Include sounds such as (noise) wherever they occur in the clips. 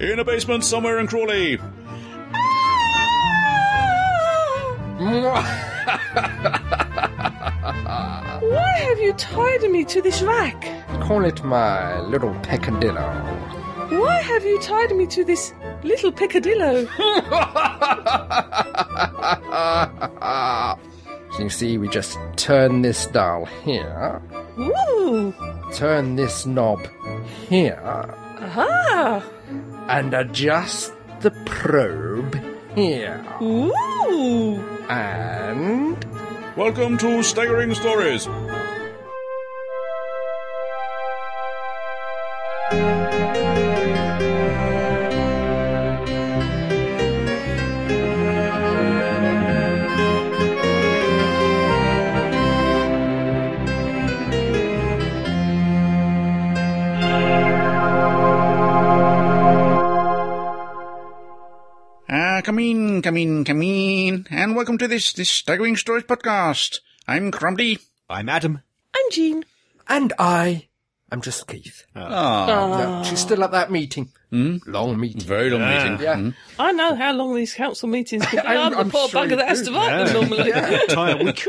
in a basement somewhere in Crawley. Why have you tied me to this rack? Call it my little peccadillo. Why have you tied me to this little picadillo? So you see, we just turn this dial here, Ooh, turn this knob here, aha, and adjust the probe here. ooh. And Welcome to Staggering Stories. Ah, come in, come in, come in, and welcome to this this staggering stories podcast. I'm Crumbly. I'm Adam. I'm Jean. and I, I'm just Keith. Ah, No, she's still at that meeting. Hmm? Long meeting. Very long Ah. meeting. Yeah. I know how long these council meetings can be. (laughs) I'm- I'm, I'm the poor sure you bugger that has do. to write them normally. Entire week.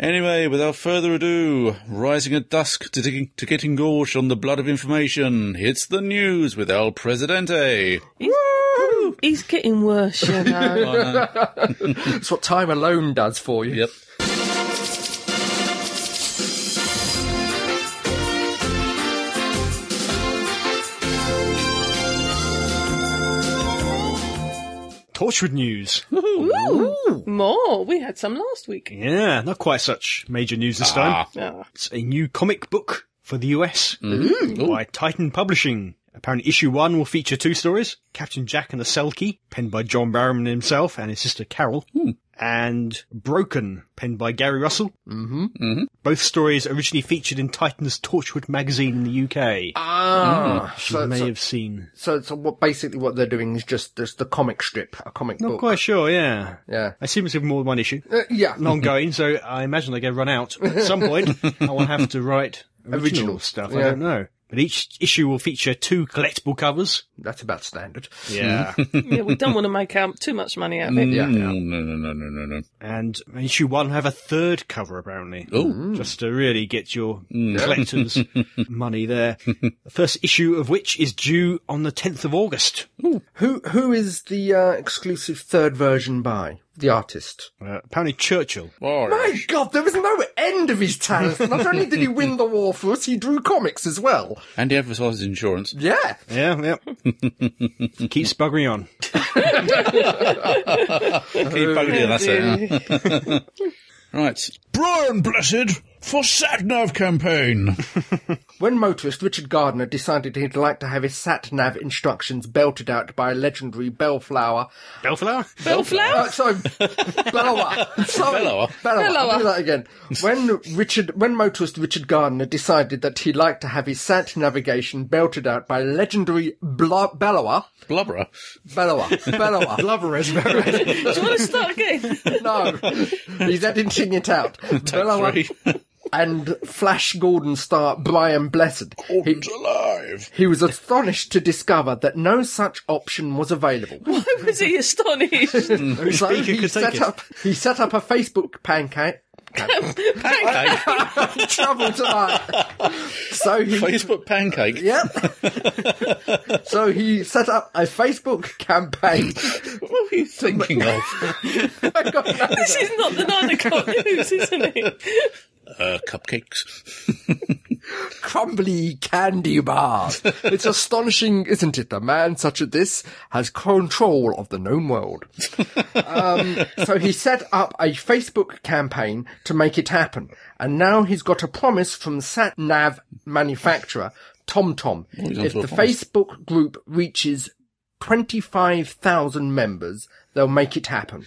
Anyway, without further ado, rising at dusk to, dig- to get engorged on the blood of information, it's the news with El Presidente. (laughs) He's, he's getting worse, you (laughs) know. That's what time alone does for you. Yep. Torchwood news. More. We had some last week. Yeah, not quite such major news this time. Ah. It's a new comic book for the US by Titan Publishing. Apparently, issue one will feature two stories Captain Jack and the Selkie, penned by John Barrowman himself and his sister Carol, and Broken, penned by Gary Russell. Mm-hmm. Both stories originally featured in Titan's Torchwood magazine in the UK. Ah, Hmm. She so, may so, have seen. so, so what, basically what they're doing is just, just the comic strip, a comic Not book. quite sure, yeah. Yeah. I assume it's with more than one issue. Uh, yeah. (laughs) and ongoing, so I imagine they're going to run out at some point. I will have to write original, Original, stuff. yeah. I don't know. But each issue will feature two collectible covers. That's about standard. Yeah. yeah, we don't want to make um, too much money out of it. Yeah. No, no, no, no, no, no, no. (laughs) and issue one will have a third cover, apparently. Oh, Just to really get your (laughs) collector's money there. The first issue of which is due on the 10th of August. Who, who is the uh, exclusive third version by? The artist. Uh, apparently Churchill. all right. My God, there was no end of his (laughs) talents. Not only did he win the war for us, he drew comics as well. And he advertises insurance. Yeah. Yeah, (laughs) yeah. Keeps buggering on. Keep bugging it, that's it. Yeah. (laughs) Right. Brian Blessed for Satnav campaign. When motorist Richard Gardner decided he'd like to have his sat nav instructions belted out by a legendary bellflower, Bellflower? Bellflower? uh, sorry, bellower, sorry, Bellower. I'll Bellower. do that again. When Richard, when motorist Richard Gardner decided that he'd like to have his sat navigation belted out by a legendary blo- bellower, (laughs) Blubberer. bellower, (laughs) bellower, Lover as well. Do you want to start again? (laughs) no, he's editing it (laughs) out. (laughs) Bellower Three. and Flash Gordon star Brian Blessed. Oh, He, Gordon's alive. he was astonished to discover that no such option was available. Why was he astonished? (laughs) So speaker he could take set it. up he set up a Facebook pancake. (laughs) Trouble tonight. So he Facebook pancake. Yep. (laughs) so he set up a Facebook campaign. (laughs) What were you thinking of? (laughs) I got that. this is not the nine o'clock news, isn't it? Uh, cupcakes. (laughs) Crumbly candy bars. It's astonishing, isn't it? A man such as this has control of the known world. Um, so he set up a Facebook campaign to make it happen, and now he's got a promise from Sat Nav manufacturer TomTom. he's onto If a the promise. Facebook group reaches 25,000 members, They'll make it happen.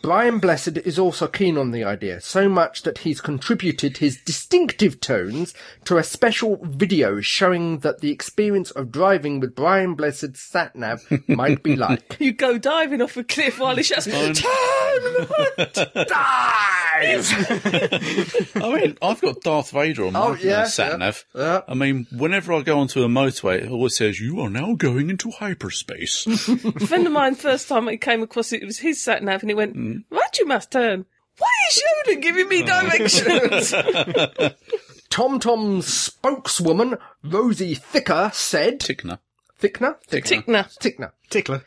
Brian Blessed is also keen on the idea, so much that he's contributed his distinctive tones to a special video showing that the experience of driving with Brian Blessed's sat nav might be like. You go diving off a cliff while he shouts, Turn! Dive! I mean, I've got Darth Vader on my Oh, yeah, sat yeah, nav. yeah. I mean, whenever I go onto a motorway, it always says, you are now going into hyperspace. Hmm. A friend of mine, first time he came across it, it was his sat nav, and he went, Right, you must turn. Why are you shooting, giving me directions? Tom Tom's spokeswoman, Rosie Thicker, said. Tickner. Thickner? Tickner. Thickner. Tickler.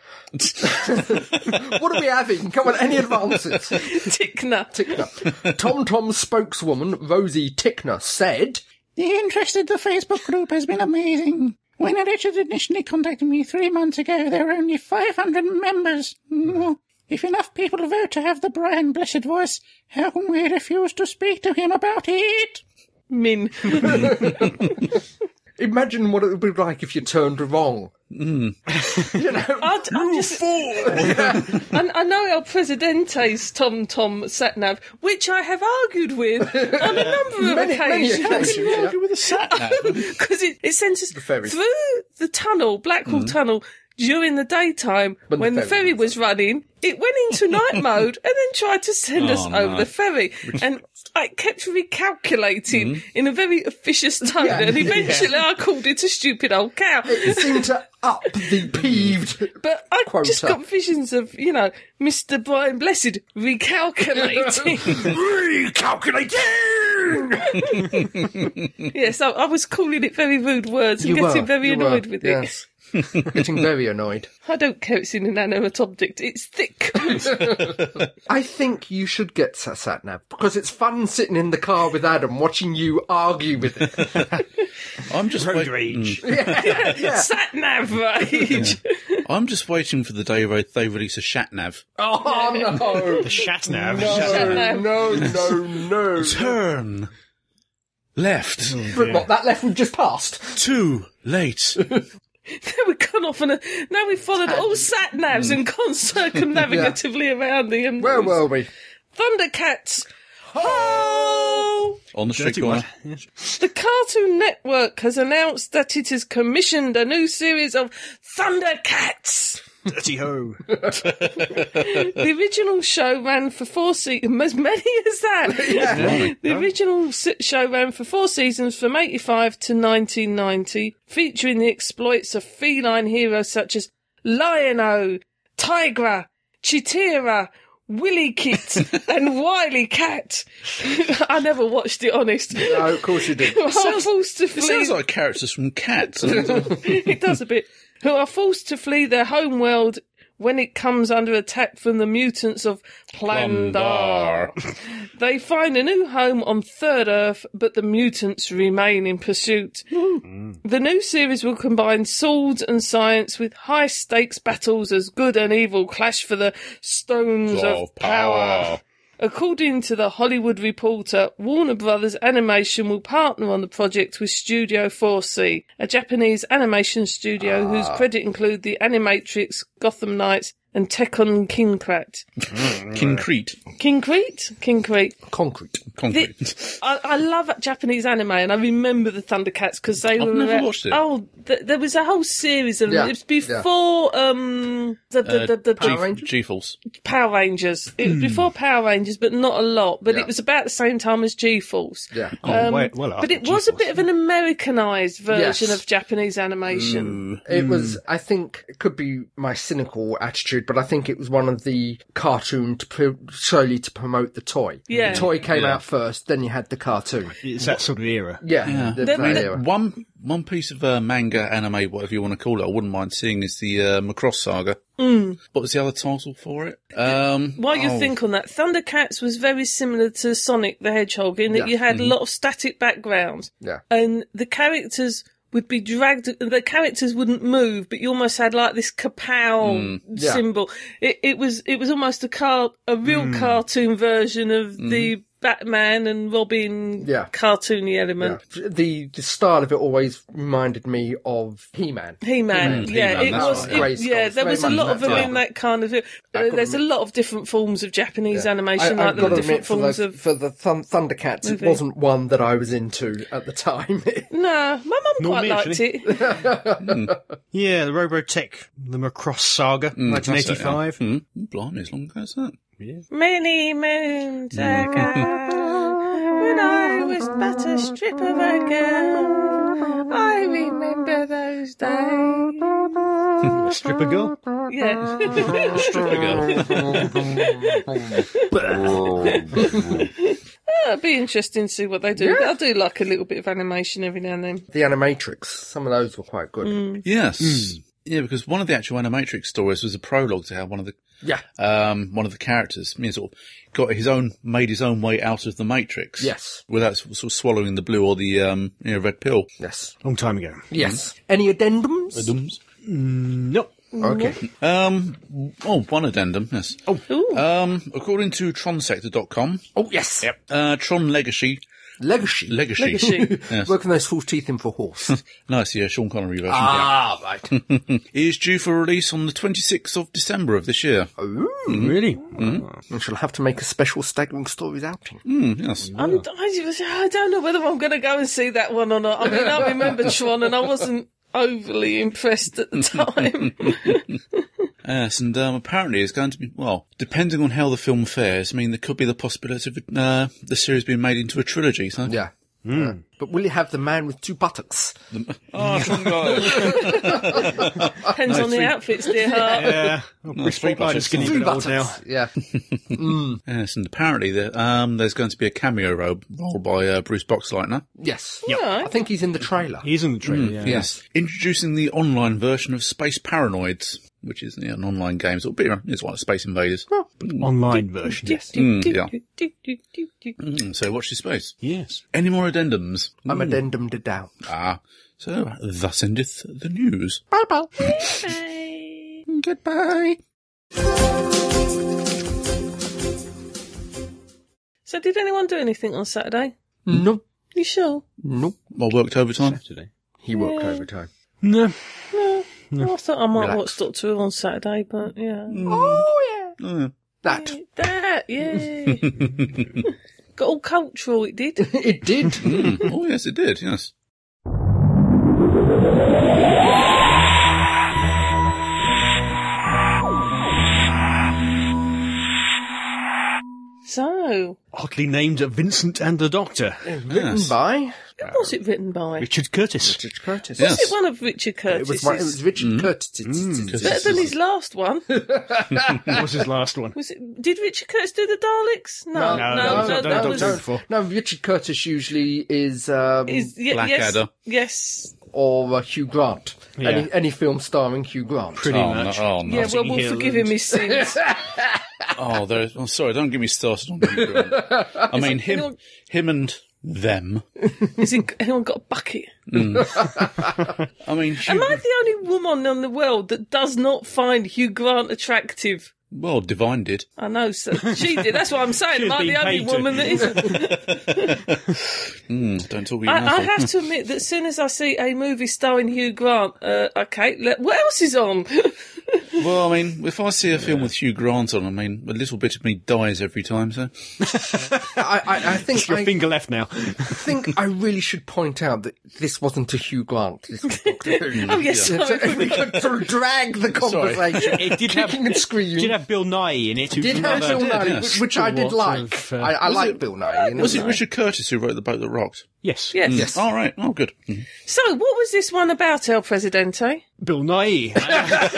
What are we having? Come on, any advances? Tickner. Tickner. Tom Tom's spokeswoman, Rosie Tickner, said. The interest of the Facebook group has been amazing. When Richard initially contacted me three months ago, there were only 500 members. Mm. If enough people vote to have the Brian Blessed voice, how can we refuse to speak to him about it? Min. Imagine what it would be like if you turned wrong. Hmm. (laughs) you know, I'd- I'm just- And I know El Presidente's Tom Tom satnav, which I have argued with (laughs) on a number of many, many occasions. occasions. yeah. With a sat (laughs) nav. because it, it sends us ferry. Mm-hmm. through the tunnel, Blackwall Tunnel, during the daytime when, When the the ferry ferry was running. It went into (laughs) night mode and then tried to send us Oh, over no. the ferry, and I kept recalculating in a very officious tone. Mm-hmm. (laughs) Yeah. And eventually, I called it a stupid old cow. It seemed to up the peeved. But I Quota. just got visions of you know Mr. Brian Blessed (laughs) recalculating. (laughs) Recalculating! yeah, so I was calling it very rude words and You getting were, very you were, annoyed with it. yes. (laughs) Getting very annoyed. I don't care. It's an inanimate object. It's (laughs) thick. I think you should get a sat nav because it's fun sitting in the car with Adam watching you argue with (laughs) it. I'm just Road wait- rage. Sat nav rage. (laughs) I'm just waiting for the day where they release a shat nav. Oh no! The (laughs) Shatnav. (laughs) nav. No, no, (laughs) no, no. Turn left. But what, that left we've just passed. Too late. (laughs) We've gone off on a. Now we've followed all sat navs and gone Mm. (laughs) circumnavigatively around the. Um, Where were we? Thundercats. Oh! On the street Dirty corner. one. Yeah. The Cartoon Network has announced that it has commissioned a new series of Thundercats. Dirty ho. The original show ran for four seasons, as many as that. The original s- show ran for four seasons from 85 to 1990, featuring the exploits of feline heroes such as Lion-O, Tigra, Chitira, Willy (laughs) Kit, and Wily Cat. (laughs) I never watched it, honest. (laughs) No, of course you did. Who are forced to It flee. sounds like characters from Cats. (laughs) Oh, (laughs) it does a bit. Who are forced to flee their home world when it comes under attack from the mutants of Plandar. (laughs) They find a new home on Third Earth, but the mutants remain in pursuit. Mm. The new series will combine swords and science with high stakes battles as good and evil clash for the stones Of of power. power. According to the Hollywood Reporter, Warner Brothers Animation will partner on the project with Studio 4C, a Japanese animation studio whose credit include The Animatrix, Gotham Knights, and Tekken Kingcrete. Concrete. Kingcrete? Kingcrete. Concrete. Concrete. I, I love Japanese anime, and I remember the Thundercats because they were. never out- watched it. Oh, th- there was a whole series of Yeah, them. It was before um the the, the, the, G- Power, Rangers. G-Force. It was before Power Rangers, but not a lot. But Hmm. Yeah. it was about the same time as G Force. Yeah. Oh, wait, well, Um, But it was a bit of an Americanized version Yes. Mm. of Japanese animation. It was, I think, it could be my cynical attitude, but I think it was one of the cartoon to pro- solely to promote the toy. Yeah. The toy came out first, then you had the cartoon. It's that sort of era. Yeah. the- Then that the- era. One one piece of uh, manga, anime, whatever you want to call it, I wouldn't mind seeing is the uh, Macross Saga. What was the other title for it? Um, While Hmm. Oh. you think on that, Thundercats was very similar to Sonic the Hedgehog in that Yeah. Mm-hmm. you had a lot of static backgrounds. Yeah. and the characters would be dragged. The characters wouldn't move, but you almost had like this kapow Hmm. Yeah. Hmm. symbol. It, it was it was almost a car, a real cartoon version of the Batman and Robin Yeah. cartoony element. The, the style of it always reminded me of He-Man. He Man, yeah, He-Man, it that's was, Hmm. right. it- Grey yeah, skulls, there very was a much lot of that them vibe. in that kind of. Uh, there's a lot of different forms of Japanese animation, I, like I've there got were to different admit, for forms the, of. for the Thun- Thundercats, it Movie. wasn't one that I was into at the (laughs) time. No, my mum Nor quite me, liked actually. it. Yeah, the Robotech, the Macross Saga, That's it, yeah. 1985. Mm. Blimey, as long ago as that. Many moons ago, when I was but a strip of a girl, I remember those days. Stripper Girl. yeah. Stripper (laughs) Hmm. girl. It'd be interesting to see what they do. I do like a little bit of animation every now and then. the Animatrix, some of those were quite good. Hmm. yes. Yeah, because one of the actual Animatrix stories was a prologue to how one of the Yeah, um, one of the characters, I mean, sort of got his own, made his own way out of the Matrix. Yes. Without sort of swallowing the blue or the um, you know, red pill. yes, Long time ago. yes. Any addendums? Nope. Okay. Um, oh, one addendum, yes. Ooh. Um, according to tronsector.com, Oh yes, uh, Tron Legacy, legacy. Legacy. Legacy. yes. Working those false teeth in for horse. (laughs) Nice, yeah, Sean Connery version. ah, (laughs) right. Is due for release on the 26th of December of this year. Really? and she'll Mm. have to make a special staggering stories outing. Mm, yes. (laughs) I'm, I, was- I don't know whether I'm going to go and see that one or not. I mean, I remember Tron and I wasn't overly impressed at the time. Yes, and um, apparently it's going to be, well, depending on how the film fares, I mean, there could be the possibility of uh, the series being made into a trilogy, so. Yeah. Yeah. But will you have the man with two buttocks? Oh, Tron guys. Depends on the outfits, dear heart. Yeah. Oh, Chris three Bob buttons. Ryder's skinny Three bit old now. Yeah. Yes, and apparently the, um, there's going to be a cameo role, role by uh, Bruce Boxleitner. Yes. I Alright. think he's in the trailer. He's in the trailer, yeah. Yes. Introducing the online version of Space Paranoids, which is you know, an online game. So it'll be, it's like Space Invaders. Oh, Online version. Mm, yeah. Mm, So watch this space. Yes. Any more addendums? I'm addendum to down. Ah. So, thus endeth the news. Goodbye. So, did anyone do anything on Saturday? No. You sure? No. I worked overtime. He worked overtime. No. No. I thought I might Relax. watch Doctor Who on Saturday, but yeah. Mm. That. That, yeah. (laughs) Got all cultural, it did. It did. Hmm. Mm. oh, yes, it did. Yes. So, Oddly named Vincent and the Doctor. Written by who was it written by? Was Richard Curtis. Richard Curtis. Yes. it one of Richard It Curtis's? was, one- it was Richard Mm. Better Curtis. than his last (laughs) one. That was his last (laughs) one. Was it? Did Richard Curtis do the Daleks? No, No, no, no, that's no, not that done, was. Doctor Who. before. no, Richard Curtis usually is, um, Is, ye- Blackadder. Yes. yes. or uh, Hugh Grant. Yeah. Any, any film starring Hugh Grant. Pretty oh, much. No, oh, no. Yeah, well, Notting we'll Hill forgive and- him his (laughs) sins. Oh, there is, oh, sorry, don't get me started on Hugh Grant. (laughs) I mean, him, anyone- him and them. Has he- anyone got a bucket? I mean, Hugh, Am I the only woman in the world that does not find Hugh Grant attractive? well, Divine did. I know, so she did. That's what (laughs) I'm saying. Am I She's been the only paid to. woman that isn't? Mm, don't talk about your I, I mouth. have to admit that as soon as I see a movie starring Hugh Grant, uh, okay, let, what else is on? (laughs) Well, I mean, if I see a film with Hugh Grant on, I mean, a little bit of me dies every time. So, I, I, I think Your I finger left (laughs) now. think I really should point out that this wasn't a Hugh Grant. This was Doctor Who. oh, yes, So sorry. if we could sort of drag the conversation, It did have, kicking and screaming. did have Bill Nye in it. who did have another- Bill Nye, yeah, which, which I did lot like. of, uh, I, I like Bill Nye. you know. was it Richard Curtis who wrote The Boat That Rocked? Yes. Yes. Yes. Mm-hmm. All right. Oh, good. So, what was this one about, El Presidente? Bill Nye. (laughs)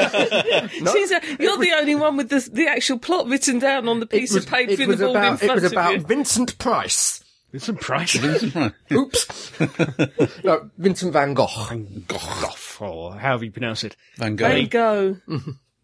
She's a- you're the only one with the, the actual plot written down on the piece of paper it in the was wall in about, it front was of about you. Vincent Price. It's surprising. Vincent Price. Oops. no, Vincent Van Gogh. Goff, or however you pronounce it. Van Gogh. There you go.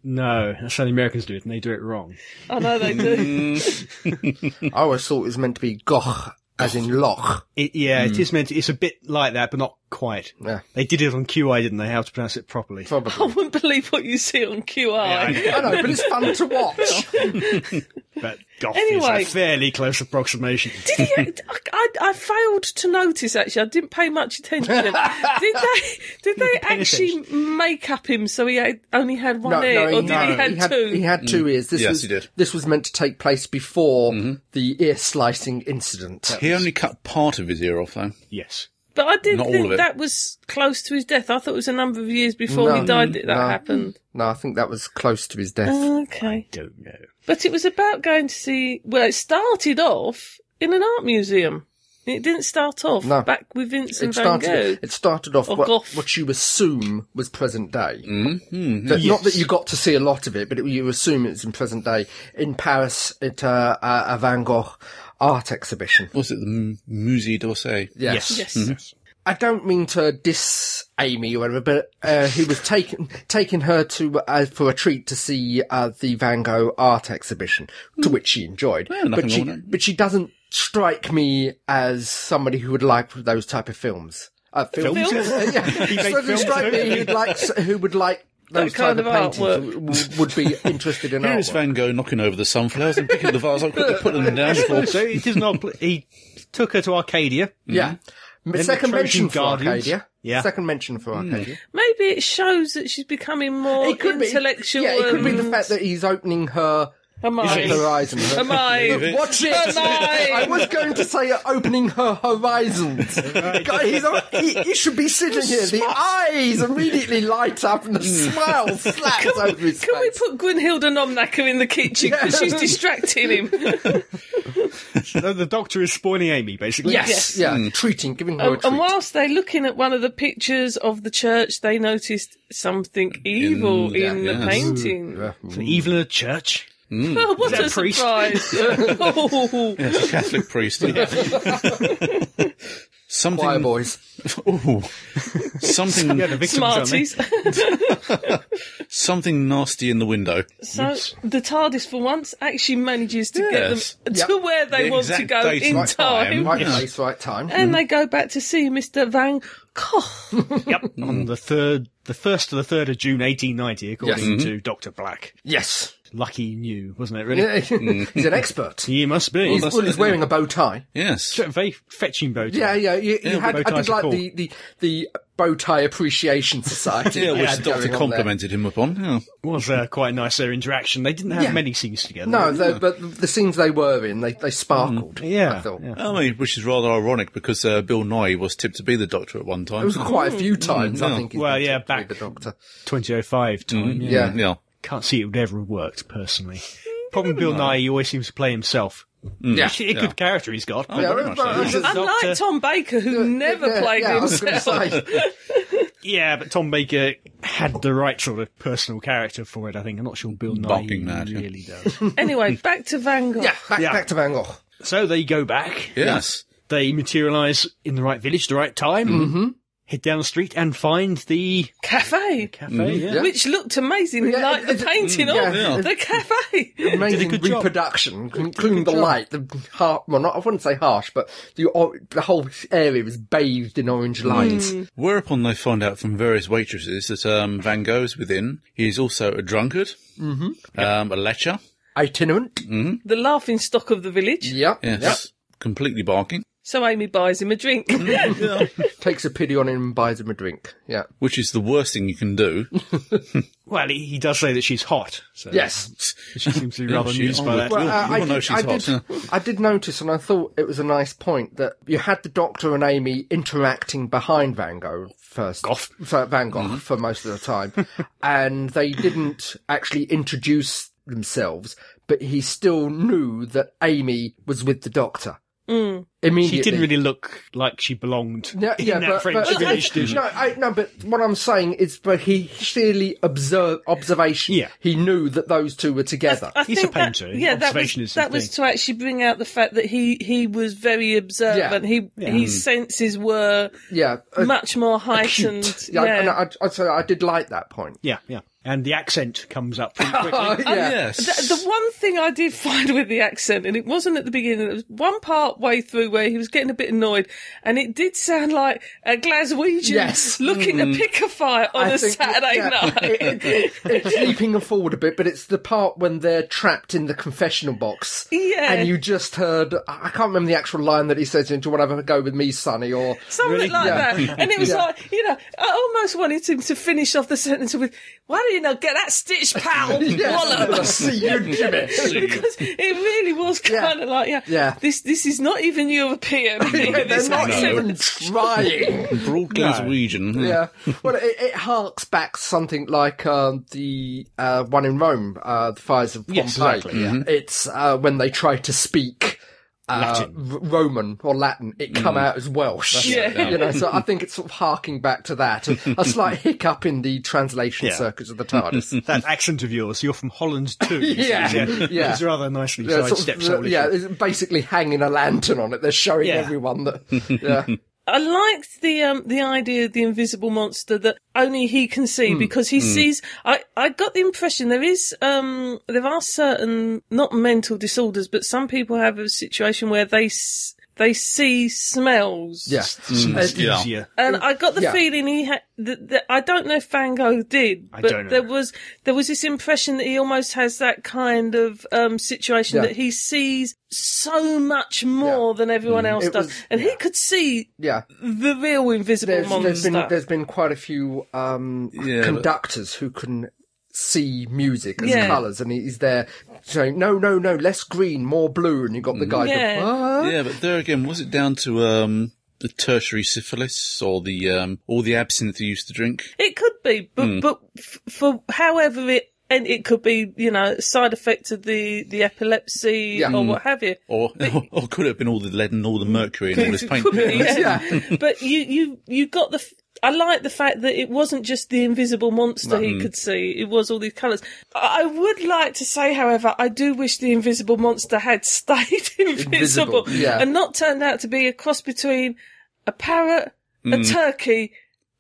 No, that's how the Americans do it, and they do it wrong. I know they do. (laughs) I always thought it was meant to be Gogh, as in Loch. It, yeah, it is meant. To, it's a bit like that, but not quite. Hmm. Yeah, They did it on QI, didn't they? How to pronounce it properly? I probably. wouldn't believe what you see on QI. I- I know, but it's fun to watch. But (laughs) Goff Anyway. is a fairly close approximation. (laughs) Did he? I, I, I failed to notice actually. I didn't pay much attention. (laughs) did they? Did they actually make up him so he had, only had one ear, or did he have he had, two? he had two ears. This Mm. Yes, was, he did. Mm-hmm. This was meant to take place before the ear slicing incident. He only cut part of his ear off, though. yes. but I didn't Not all of think it. that was close to his death. I thought it was a number of years before No, he died that that no. happened. No, I think that was close to his Mm, death. Okay, Don't know. but it was about going to see. Well, it started off in an art museum. It didn't start off No. back with Vincent it Van started. Gogh. It started off Or what, Goff. what you assume was present day. Mm-hmm. That, Not Yes. that you got to see a lot of it, but it, you assume it's in present day in Paris at uh, a a Van Gogh art exhibition. Was it the M- Musée d'Orsay? Yes. Yes. Mm-hmm. I don't mean to diss Amy or whatever, but uh, he was taking taking her to uh, for a treat to see uh, the Van Gogh art exhibition, to which she enjoyed. Yeah, nothing but she wrong with it. but she doesn't strike me as somebody who would like those type of films. Uh, films, Films? Uh, yeah. (laughs) He made doesn't films, strike don't me he? who'd like who would like those kind type of of paintings w- would be interested (laughs) in Here art. is Van Gogh knocking over the sunflowers and picking the vase up quickly, putting them (laughs) down before So it is not. He took her to Arcadia. Yeah. Second Trojan mention for Guardians. Arcadia. Yeah. Hmm. Second mention for Arcadia. Maybe it shows that she's becoming more It could be intellectual. Yeah, it could be the and- fact that he's opening her Am I? horizons. Am I? it. Watch it! Am I I? was going to say opening her horizons. God, he's on, he, he should be sitting here. The eyes immediately light up and the smile slaps over his Can Mm. we face. put Gwynhilda Nomnacker in the kitchen because she's distracting him? So Uh, the doctor is spoiling Amy, basically. Yes. yes, yeah, treating, giving her a Um, treat. and whilst they're looking at one of the pictures of the church, they noticed something evil in, yeah, the yes. painting. It's an evil in a church. Oh, (laughs) what that a a priest? surprise! oh, Yes, Catholic priest. (laughs) something. Choir boys. (laughs) Ooh. (laughs) something. Yeah, the victims aren't they? Smarties. something nasty in the window. (laughs) So the TARDIS, for once, actually manages to Yes. get them (laughs) to Yep. where they The want to exact go date in and time. time. Right Yeah. place, right time. And they go back to see Mr. Van Gogh. Yep. On the third, the first to the third of June, eighteen ninety, according Yes. to Doctor Black. Yes. Lucky knew, wasn't it? Really? Yeah, (laughs) he's an expert. He must be. He's, well, he's wearing a bow tie. Yes. a very fetching boat. Yeah, yeah. You, you had, bow I did ties are like cool. the, the, the bow tie appreciation society. Yeah, we which had the doctor going on there. complimented him upon. (laughs) Yeah. was uh, quite nice their interaction. They didn't have Yeah. many scenes together. No, the, but the scenes they were in, they, they sparkled. Mm. Yeah, I thought. yeah. I mean, which is rather ironic because uh, Bill Nye was tipped to be the doctor at one It time. was quite a few times, I yeah. think. he's Well, been Mm, yeah, tipped with back- The doctor. 2005 time. Yeah. Yeah. Yeah. Can't see it would ever have worked personally. Mm, Problem with Bill Nye, he always seems to play himself. (laughs) Yeah. Actually, a good character he's got. but- Oh, Yeah, very much but- so, yeah. (laughs) just- Unlike Tom Baker, who never yeah, played yeah, I was gonna himself. say, yeah, but Tom Baker had the right sort of personal character for it. I think I'm not sure Bill Nye Barking mad, yeah. really does. (laughs) Anyway, back to Van Gogh. yeah, back, Yeah. back to Van Gogh. so they go back. Yes. They materialise in the right village, the right time. Mm-hmm. Head down the street and find the Cafe, cafe. Yeah. which looked amazing, Yeah, like it- the it- painting yeah, of yeah. the cafe. Amazing good job. reproduction, including the light, the har well, not, I wouldn't say harsh, but the, or- the whole area was bathed in orange light. Whereupon they find out from various waitresses that um, Van Gogh is within. He is also a drunkard, mm-hmm. um, a lecher. Itinerant. the laughing stock of the village. Yep. Yes. Completely barking. So Amy buys him a drink. Yep. Takes a pity on him and buys him a drink. Yeah. Which is the worst thing you can (laughs) do. Well, he, he does say that she's hot. So Yes. She seems to be rather she's amused by on that. it. Well, Uh, you I, will know did, she's I, hot, did, I did notice, and I thought it was a nice point that you had the Doctor and Amy interacting behind Van Gogh first, Goff. for Van Gogh Mm-hmm. for most of the time, (laughs) and they didn't actually introduce themselves, but he still knew that Amy was with the Doctor. Immediately, She didn't really look like she belonged yeah, in yeah, that but, French but- village, did she? no, I, no, but what I'm saying is, but he clearly observed observation. Yeah. he knew that those two were together. I He's a think that- painter. yeah, that Observation was, is his that was thing. to actually bring out the fact that he, he was very observant. He Mm. his senses were yeah, uh, much more heightened. Yeah, Yeah. and I, I, so I did like that point. Yeah, yeah. and the accent comes (laughs) up pretty quickly. Oh. Yes. Oh, The, the one thing I did (laughs) find with the accent, and it wasn't at the beginning, it was one part way through where he was getting a bit annoyed, and it did sound like a Glaswegian Yes. looking to pick a fight on a I think it- Saturday yeah, night. it- (laughs) it- it- it's leaping forward a bit, but it's the part when they're trapped in the confessional box. Yeah. And you just heard, I I can't remember the actual line that he says, Do you want to have a go with me, Sonny? Or, Something like Yeah. that. And it was Yeah. like, you know, I almost wanted him to finish off the sentence with, why do you not get that stitch, pal? (laughs) Wallop. see you, Jimmy. Because it really was kind of like, yeah, Yeah. This this is not even (laughs) European. (laughs) They're this not accent. (laughs) even trying. Broad Glaswegian. (laughs) yeah. Well, it, it harks back something like uh, the uh, one in Rome, uh, the fires of Pompeii. Yes, exactly, yeah. It's uh, when they try to speak. Uh, Latin. Mm. R- Roman or Latin, it come out as Welsh. That's right, you know. So I think it's sort of harking back to that, and a slight hiccup in the translation Yeah. circuits of the (laughs) TARDIS. That accent of yours, you're from Holland too. Yeah, yeah. It's rather nicely Yeah, sort sidestepped. of- uh, solely. yeah, it's basically hanging a lantern on it. They're showing Yeah. everyone that. Yeah, (laughs) I liked the um, the idea of the invisible monster that only he can see because he sees. I, I got the impression there is um there are certain not mental disorders, but some people have a situation where they s- they see smells. yeah. It's Yeah. easier. And I got the Yeah. feeling he had. That, that, I don't know if Fango did, I but don't know. there was there was this impression that he almost has that kind of um, situation Yeah. that he sees so much more than everyone else It does, was- and he could see yeah. the real invisible there's, monster. there's been there's been quite a few um, Yeah, conductors who can see music as Yeah. colours, and he's there saying, "No, no, no, less green, more blue," and you've got the guy. Yeah. Going, "What?" Yeah, but there again, was it down to um, the tertiary syphilis or the um, or the absinthe you used to drink? It could be, but but f- for however it and it could be, you know, side effect of the the epilepsy Yeah. or what have you. (laughs) Or, (laughs) or could it have been all the lead and all the mercury and all this paint? Could (laughs) be, yeah. Yeah. (laughs) but you you you got the. F- I like the fact that it wasn't just the invisible monster he could see; it was all these colours. I I would like to say, however, I do wish the invisible monster had (laughs) stayed invisible, yeah. and not turned out to be a cross between a parrot, a turkey,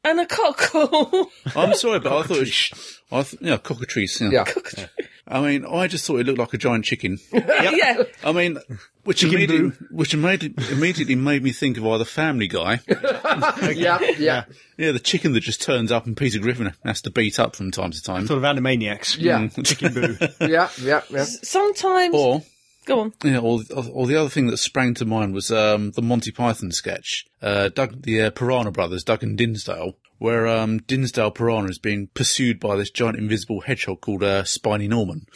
and a cockle. (laughs) I'm sorry, but I thought it was, I th- yeah, cockatrice. Yeah. Yeah. I mean, I just thought it looked like a giant chicken. yeah, I mean, which immediately, which immediately, immediately made me think of either Family Guy, yeah, yeah, yeah, yeah, the chicken that just turns up and Peter Griffin has to beat up from time to time, Sort of animaniacs. Mm, Yeah. Chicken boo. yeah, yeah, yeah. sometimes. or Go on. Yeah, or, or the other thing that sprang to mind was um, the Monty Python sketch, uh, Doug, the uh, Piranha Brothers, Doug and Dinsdale, where um, Dinsdale Piranha is being pursued by this giant invisible hedgehog called uh, Spiny Norman.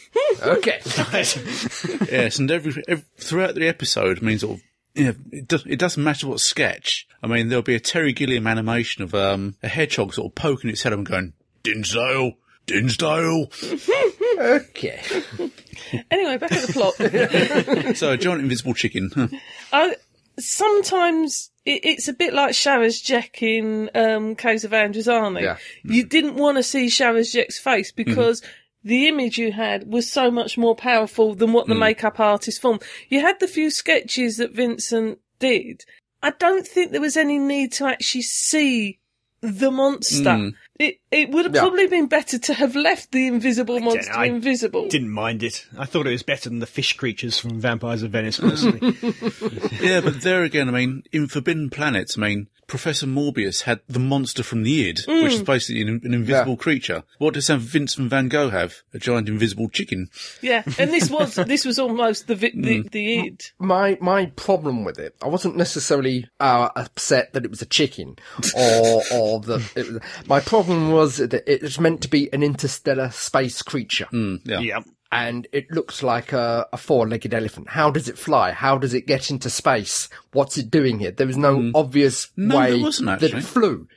Okay. yes, and every, ev throughout the episode, I mean, sort of, you know, it, does, it doesn't matter what sketch. I mean, there'll be a Terry Gilliam animation of um, a hedgehog sort of poking its head up and going, Dinsdale, Dinsdale. (laughs) Okay. Anyway, back at the plot. so a giant invisible chicken. (laughs) I sometimes it, it's a bit like Shara's Jack in um, Caves of Androzani. Yeah. You didn't want to see Shara's Jack's face because the image you had was so much more powerful than what the makeup artist filmed. You had the few sketches that Vincent did. I don't think there was any need to actually see the monster. It it would have Yeah. probably been better to have left the invisible monster I invisible. Didn't mind it. I thought it was better than the fish creatures from Vampires of Venice, (laughs) personally. Yeah, but there again, I mean, in Forbidden Planet, I mean, Professor Morbius had the monster from the id, Mm. which is basically an, an invisible creature. What does Sam Vincent van Gogh have? A giant invisible chicken. Yeah, and this was this was almost the vi- the, the id. my my problem with it, I wasn't necessarily uh, upset that it was a chicken, or or that it was, my problem was that it was meant to be an interstellar space creature. Yeah. yeah. and it looks like a, a four-legged elephant. How does it fly? How does it get into space? What's it doing here? There was no obvious No, way there wasn't, that actually. it flew.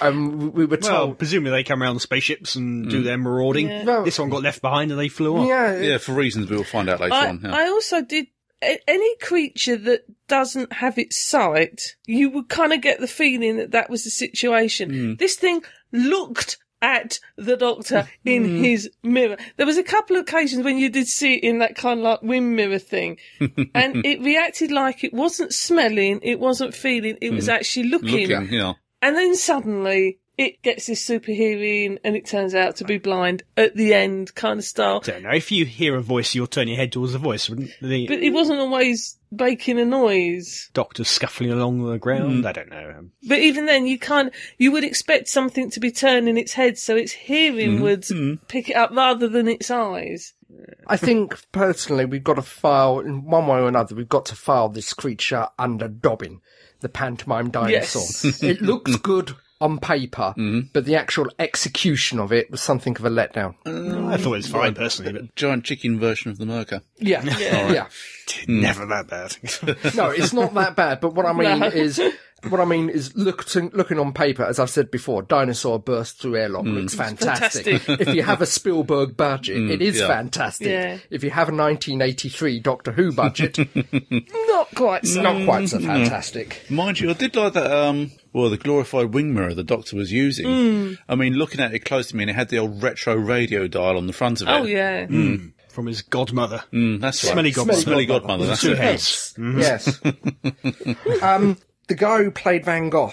Um, we- we were Well, told, presumably they come around on spaceships and do their marauding. Mm. Well- This one got left behind and they flew on. yeah, Yeah, for reasons we will find out later I, on. Yeah. I also did a- any creature that doesn't have its sight, you would kind of get the feeling that that was the situation. This thing looked at the doctor in his mirror. There was a couple of occasions when you did see it in that kind of like wind mirror thing, and it reacted like it wasn't smelling, it wasn't feeling, it was actually looking. Looking, yeah. And then suddenly it gets this super hearing and it turns out to be blind at the end kind of style. don't know. If you hear a voice, you'll turn your head towards the voice, wouldn't the But it wasn't always making a noise. doctor scuffling along the Mm. ground? I don't know. Um, But even then, you can't. You would expect something to be turning its head, so its hearing Mm-hmm. would pick it up rather than its eyes. I think personally, we've got to file in one way or another. We've got to file this creature under Dobbin, the pantomime dinosaur. Yes. (laughs) it looks good on paper, but the actual execution of it was something of a letdown. Mm. I thought it was fine personally, but Giant chicken version of the Merca. Yeah, yeah. Mm. never that bad. (laughs) No, it's not that bad. But what I (laughs) mean No. is, what I mean is, looking looking on paper, as I've said before, dinosaur burst through airlock Mm. looks fantastic. fantastic. if you have a Spielberg budget, it is yeah. fantastic. Yeah. If you have a 1983 Doctor (laughs) Who budget, not quite, so, not quite Mm. so fantastic. Mind you, I did like that. Um, well, the glorified wing mirror the doctor was using. Mm. I mean, looking at it close to me, and it had the old retro radio dial on the front of it. Oh yeah, From his godmother. Mm, that's right. Smelly godmother. Smelly godmother. That's Two it. heads. Yes. (laughs) um, the guy who played Van Gogh,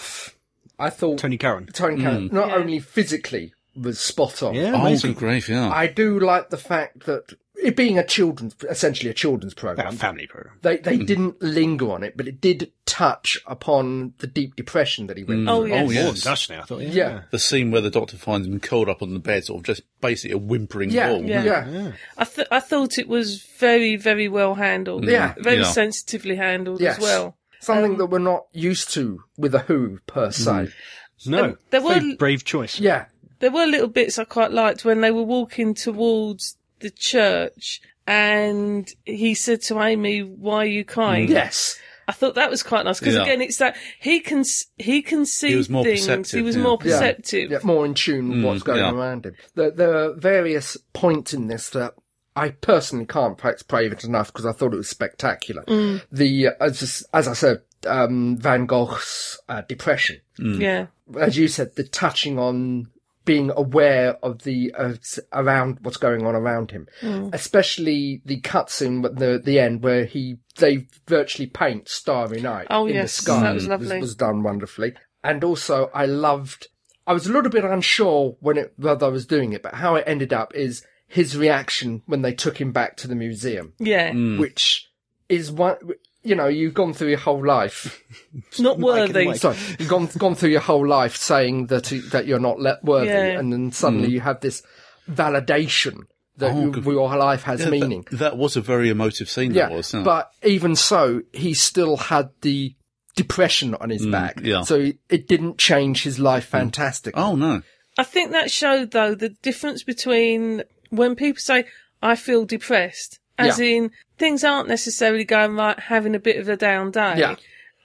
I thought Tony Curran. Tony Mm. Curran, not only physically was spot on. Yeah, Oh, amazing. good grief! Yeah. I do like the fact that it being a children's, essentially a children's That program, family program. they Mm-hmm. they didn't linger on it, but it did touch upon the deep depression that he went oh Mm. yes. Oh, More yeah. than Dutch now, I thought. Yeah. through. Yeah. The scene where the doctor finds him curled up on the bed, sort of just basically a whimpering Yeah, ball. yeah, yeah, I th- I thought it was very very well handled. Yeah. very Mm. Yeah. sensitively handled Yes. as well. Something that we're not used to with a Who Mm. per se. No. there were- Very brave choice. Yeah, There were little bits I quite liked when they were walking towards the church, and he said to Amy, "Why are you crying?" Mm. yes, I thought that was quite nice because Yeah. again, it's that he can s- he can see He was more things. He perceptive, was yeah. more Yeah. perceptive. Yeah, more in tune with what's going Mm, yeah. on around him. There, there are various points in this that I personally can't perhaps praise it enough because I thought it was spectacular. The uh, as just- as I said, um, Van Gogh's uh, depression, Mm. Yeah. as you said, the touching on being aware of the uh, s- around what's going on around him, Hmm. especially the cutscene at the the end where he they virtually paint Starry Night Oh, in yes, the sky. that was lovely. was done wonderfully, and also I loved. I was a little bit unsure when it whether I was doing it, but how it ended up is his reaction when they took him back to the museum, Yeah. Mm. which is one. You know, you've gone through your whole life Not worthy. sorry, you've gone gone through your whole life saying that that you're not le- worthy, Yeah. and then suddenly Mm. you have this validation that you- your life has meaning. Oh, That was a very emotive scene. yeah, That was. yeah. but even so, he still had the depression on his back, Mm, yeah. so it didn't change his life fantastically. oh no. I think that showed though the difference between when people say, I feel depressed, as Yeah. in things aren't necessarily going right, having a bit of a down day. Yeah.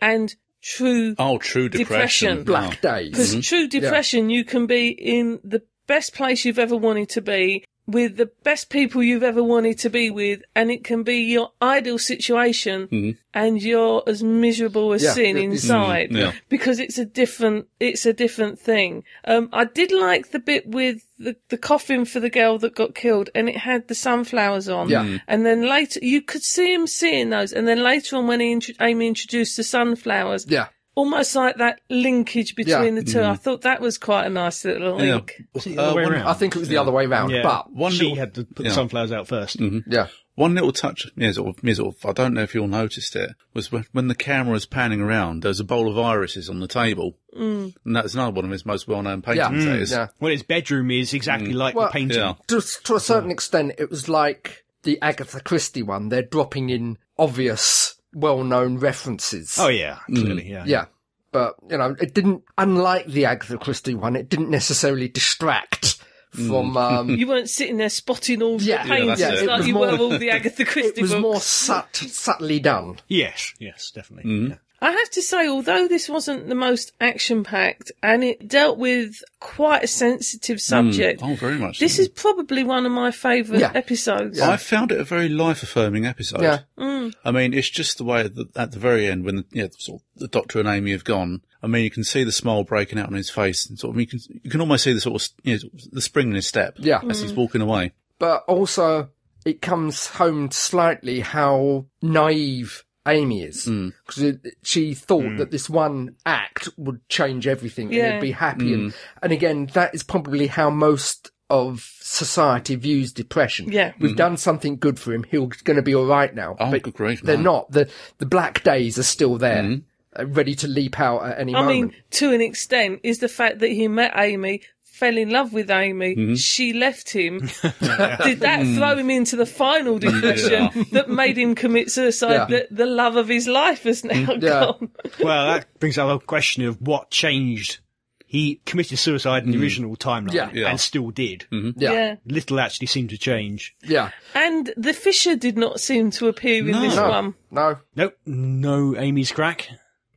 And true Oh, true depression. Oh. Depression. Black Because days. true depression, you can be in the best place you've ever wanted to be with the best people you've ever wanted to be with, and it can be your ideal situation, and you're as miserable as Mm-hmm. Yeah, sin it- it's- Mm-hmm. inside Mm, yeah. because it's a different it's a different thing. Um, I did like the bit with the, the coffin for the girl that got killed, and it had the sunflowers on. Yeah. Mm. And then later, you could see him seeing those, and then later on when he intro- Amy introduced the sunflowers, Yeah, almost like that linkage between Yeah. the two. I thought that was quite a nice little Mm. Yeah. link. The other Uh, way one- around. I think it was the other way round, Yeah. but One she little- had to put yeah. Mm-hmm. the sunflowers out 1st Mm. yeah, One little touch, yeah, sort of, yeah, sort of, I don't know if you all noticed it, was when, when the camera was panning around, there was a bowl of irises on the table. Mm. And that's another one of his most well-known yeah, Mm, paintings, that is. yeah. Well, his bedroom is exactly like Well, the painting. Mm-hmm. yeah. to, to a certain extent, it was like the Agatha Christie one. They're dropping in obvious, well-known references. Oh, yeah, Mm-hmm. clearly, yeah. yeah. But you know, it didn't. Unlike the Agatha Christie one, it didn't necessarily distract from. Um, Mm. (laughs) You weren't sitting there spotting all the Yeah. Yeah, paintings that's it. It like was you more- were all (laughs) the Agatha it Christie was books. more sut- subtly done. Yes, yes, definitely. Mm-hmm. yeah. I have to say, although this wasn't the most action-packed and it dealt with quite a sensitive subject, Oh, very much. this so. is probably one of my favourite Yeah. episodes. I found it a very life-affirming episode. Yeah. Mm. I mean, it's just the way that at the very end, when the, you know, sort of the Doctor and Amy have gone, I mean, you can see the smile breaking out on his face, and sort of you can you can almost see the sort of you know, sort of the spring in his step, Yeah. as Mm. he's walking away. But also, it comes home slightly how naive Amy is. Mm. Because she thought that this one act would change everything and Yeah. Mm. it'd be happy. And, and again, that is probably how most of society views depression. Yeah. Mm. We've done something good for him. He's going to be all right now. Oh, good grief, They're man. not. The, the black days are still there. uh, Ready to leap out at any I moment. mean, to an extent, is the fact that he met Amy, fell in love with Amy, Mm-hmm. she left him. Did that Mm. throw him into the final depression that made him commit suicide? Yeah. That the love of his life has now Yeah. gone. Well, that brings up a question of what changed. He committed suicide in the original timeline Yeah. Mm-hmm. Yeah. Mm-hmm. and still did. Yeah. Yeah. Little actually seemed to change. yeah. And the Fisher did not seem to appear in this No. one. No. Nope, no Amy's crack.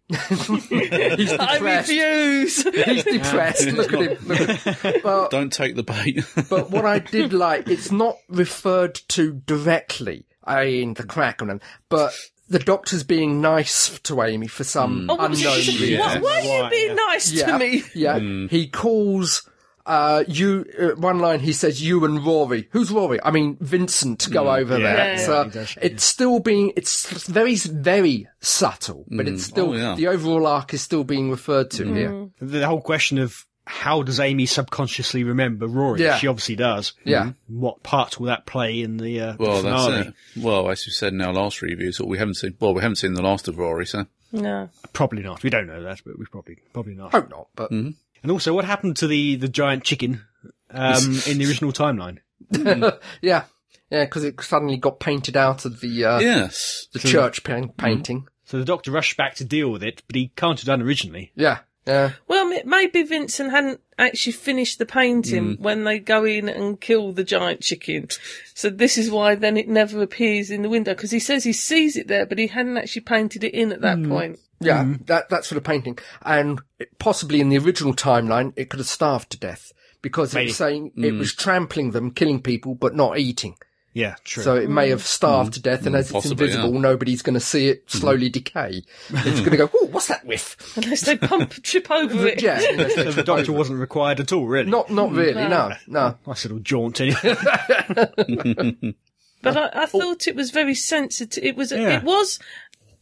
He's (laughs) I depressed. refuse. (laughs) He's depressed. Look at him. Look at him. Don't take the bait. But what I did like, it's not referred to directly, i.e., in the crack and but the doctor's being nice to Amy for some Oh, what, unknown reason. Yeah. (laughs) why, why are you Why, being yeah. nice to me? Yeah. Mm. He calls uh, you. Uh, one line he says, "You and Rory." Who's Rory? I mean, Vincent. to Go Mm. over yeah, there. yeah, so he does, it's still being. It's very, very subtle, but it's still Oh, yeah. Mm. the overall arc is still being referred to here. The whole question of how does Amy subconsciously remember Rory? Yeah. She obviously does. Mm-hmm. Yeah. What part will that play in the uh, well, that's finale? it. Well, as you said in our last review, so we haven't seen. Well, we haven't seen the last of Rory, so No. Probably not. We don't know that, but we probably probably not. Hope not, but Mm. And also, what happened to the the giant chicken (laughs) um, in the original timeline? yeah, yeah, because it suddenly got painted out of the uh, yes, the church pain- Mm. painting. So the doctor rushed back to deal with it, but he can't have done originally. Yeah, yeah, Well, m- maybe Vincent hadn't actually finished the Mm. painting when they go in and kill the giant chicken. So this is why then it never appears in the window because he says he sees it there, but he hadn't actually painted it in at that Mm. point. yeah. That that's for the painting, and it, possibly in the original timeline, it could have starved to death because it Maybe. was saying it was trampling them, killing people, but not eating. Yeah, true. So it Mm. may have starved to death, and as possibly, it's invisible, nobody's going to see it slowly decay. It's going to go, "Oh, what's (laughs) that whiff?" Unless they pump trip over it. (laughs) Yeah, you know, So the doctor wasn't required at all, really. not not really. No, no. nice little jaunt. Anyway. (laughs) But I, I thought it was very sensitive. It was, Yeah. it was,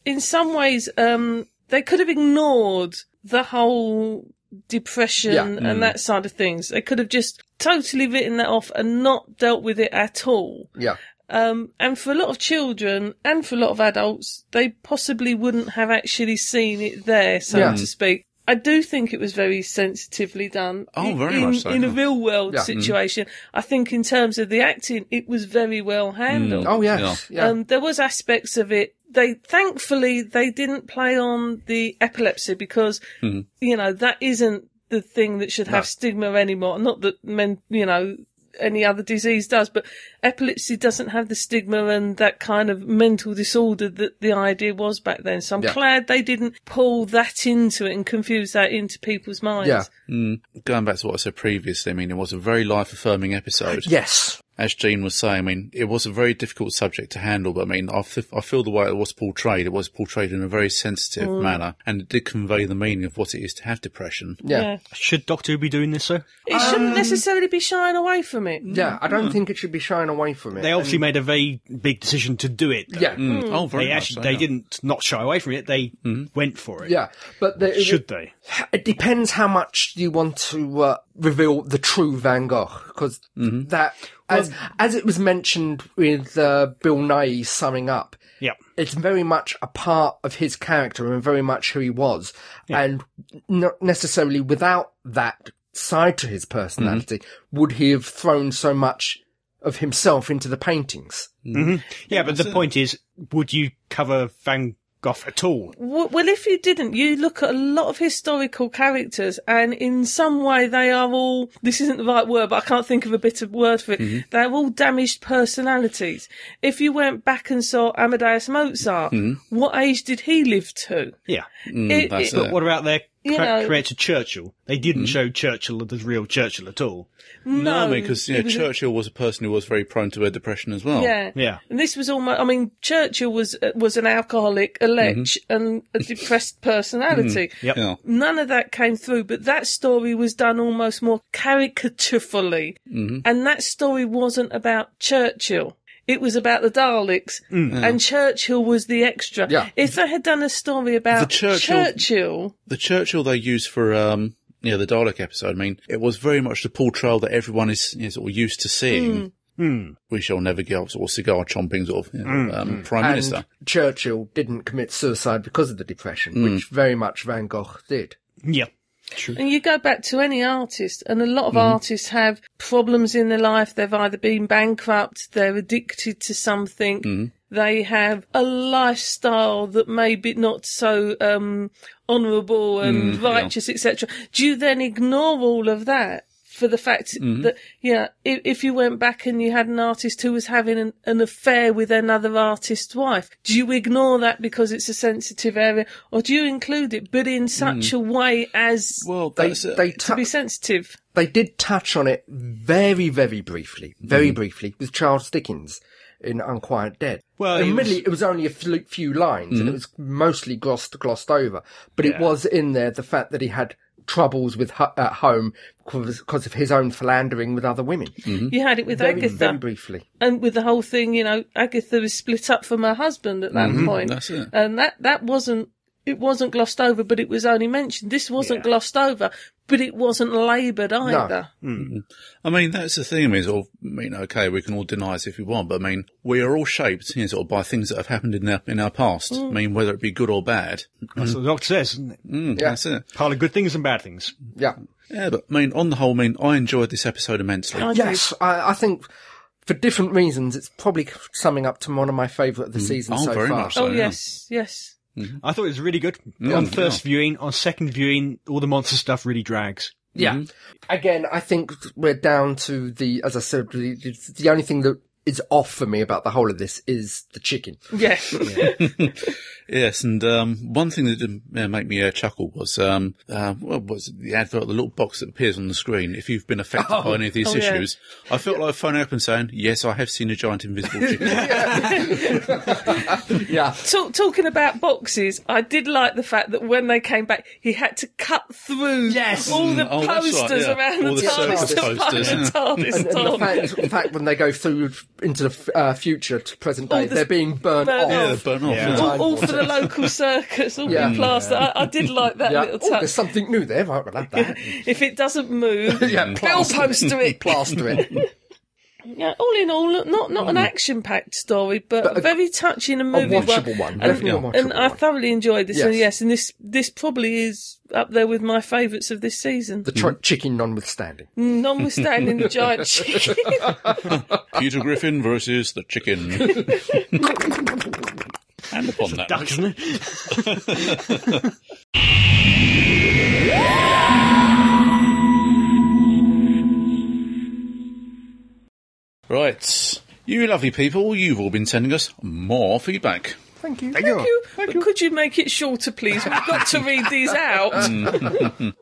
in some ways, um, they could have ignored the whole depression Yeah. Mm. and that side of things. They could have just totally written that off and not dealt with it at all. Yeah, Um, and for a lot of children and for a lot of adults, they possibly wouldn't have actually seen it there, so Yeah. Mm. to speak. I do think it was very sensitively done. Oh, in- very in, much so, In a yeah. Mm. real world Yeah. situation, I think in terms of the acting, it was very well handled. oh yes, yeah, Um, there was aspects of it. They thankfully they didn't play on the epilepsy because Mm-hmm. you know that isn't the thing that should have stigma anymore. Not that men, you know, any other disease does, but epilepsy doesn't have the stigma and that kind of mental disorder that the idea was back then. So I'm Yeah. glad they didn't pull that into it and confuse that into people's minds. yeah, going back to what I said previously, I mean, it was a very life-affirming episode. yes, as Gene was saying, I mean, it was a very difficult subject to handle, but I mean, I, f- I feel the way it was portrayed, it was portrayed in a very sensitive Mm. manner, and it did convey the meaning of what it is to have depression. yeah. Yeah. Should Doctor Who be doing this, though? It shouldn't necessarily be shying away from it. Yeah, I don't think it should be shying away from it. They obviously made a very big decision to do it. though. yeah, Oh, very Mm. They much actually so, they yeah. didn't not shy away from it. They went for it. yeah, but the, Should they? it depends how much you want to uh, reveal the true Van Gogh because Mm-hmm. that as as it was mentioned with uh, Bill Nye summing up, Yeah. it's very much a part of his character and very much who he was, and not necessarily without that side to his personality Mm-hmm. would he have thrown so much of himself into the paintings. Yeah, but the point is, would you cover Van Gogh at all? W- Well, if you didn't, you look at a lot of historical characters, and in some way, they are all. This isn't the right word, but I can't think of a better word for it. Mm-hmm. They're all damaged personalities. If you went back and saw Amadeus Mozart, what age did he live to? Yeah. It- Mm-hmm. Mm, that's it- it. What about their You cra- know- creator Churchill? They didn't show Churchill as real Churchill at all. No, No, because (laughs) you know, Churchill was a person who was very prone to her depression as well. Yeah. Yeah. And this was almost, I mean, Churchill was, uh, was an alcoholic, a Mm-hmm. lech, and a depressed personality. Yep. Yeah. None of that came through, but that story was done almost more caricaturefully. And that story wasn't about Churchill. it was about the Daleks Mm. and Churchill was the extra. Yeah. If they had done a story about The Churchill- Churchill the Churchill they used for um you know, the Dalek episode, I mean, it was very much the portrayal that everyone is you know, sort of used to seeing. Hmm. We shall never give up, sort of cigar chomping sort of you know, um, Prime Minister. And Churchill didn't commit suicide because of the depression, Mm. which very much Van Gogh did. Yeah. And you go back to any artist, and a lot of artists have problems in their life. They've either been bankrupt, they're addicted to something, they have a lifestyle that may be not so um, honourable and righteous, etc. Do you then ignore all of that? For the fact that, yeah, if, if you went back and you had an artist who was having an, an affair with another artist's wife, do you ignore that because it's a sensitive area, or do you include it, but in such a way as Well, They that's it. they uh, to tou- be sensitive. they did touch on it very very briefly, Mm. very briefly with Charles Dickens in Unquiet Dead. Well, it admittedly, it was only a few, few lines, Mm. and it was mostly glossed glossed over. But it was in there the fact that he had troubles with hu- at home because, because of his own philandering with other women. Hmm? You had it with Very Agatha, very briefly. and with the whole thing, you know, Agatha was split up from her husband at that point, Hmm, that's it. and that that wasn't it wasn't glossed over, but it was only mentioned. This wasn't glossed over, but it wasn't laboured either. I mean, that's the thing. I mean, sort of, I mean, okay, we can all deny this if we want, but I mean, we are all shaped, you know, sort of by things that have happened in our, in our past. Hmm. I mean, whether it be good or bad. That's what the doctor says, isn't it? Mm, That's it. Pile of good things and bad things. Yeah. Yeah, but I mean, on the whole, I mean, I enjoyed this episode immensely. I Yes, I, I think for different reasons, it's probably summing up to one of my favourite of the season Oh, so very far. much. So, Oh yeah. yes, yes. I thought it was really good. on first viewing, on second viewing, all the monster stuff really drags. Yeah. Again, I think we're down to the, as I said, the, the only thing that is off for me about the whole of this is the chicken. (laughs) Yeah. Yes, and um, one thing that did uh, make me uh, chuckle was um, uh, what was it, the advert, the little box that appears on the screen. If you've been affected by any of these Oh, yeah. issues, I felt like phoning up and saying, "Yes, I have seen a giant (laughs) invisible chicken." Yeah. Talk, talking about boxes, I did like the fact that when they came back, he had to cut through Yes. all the Mm, oh, that's right, posters yeah. around All the the TARDIS circus to find posters, the yeah. TARDIS And, and the dog. fact, the fact when they go through into the f- uh, future to present day, this- they're being burnt burnt off. off. yeah, burn off. Yeah. yeah. all, all for the local circus, all Yeah. in plaster. I, I did like that Yeah. little Oh, there's touch. something new there. Right, we'll have that. If it doesn't move, (laughs) yeah, they'll plaster, post to it. (laughs) plaster it. Yeah, all in all, not not an action-packed story, but, Mm. But a a- very touching and A moving watchable one. And, Definitely a watchable and I one. thoroughly enjoyed this. And Yes. yes, and this this probably is up there with my favourites of this season, The tr- chicken notwithstanding. (laughs) Mm. notwithstanding the (laughs) giant chicken. Peter Griffin versus the chicken. and upon that, Duck, isn't it? (laughs) right, you lovely people, you've all been sending us more feedback. Thank you. Thank you. But Could you make it shorter, please? We've got to read these (laughs) out. Mm.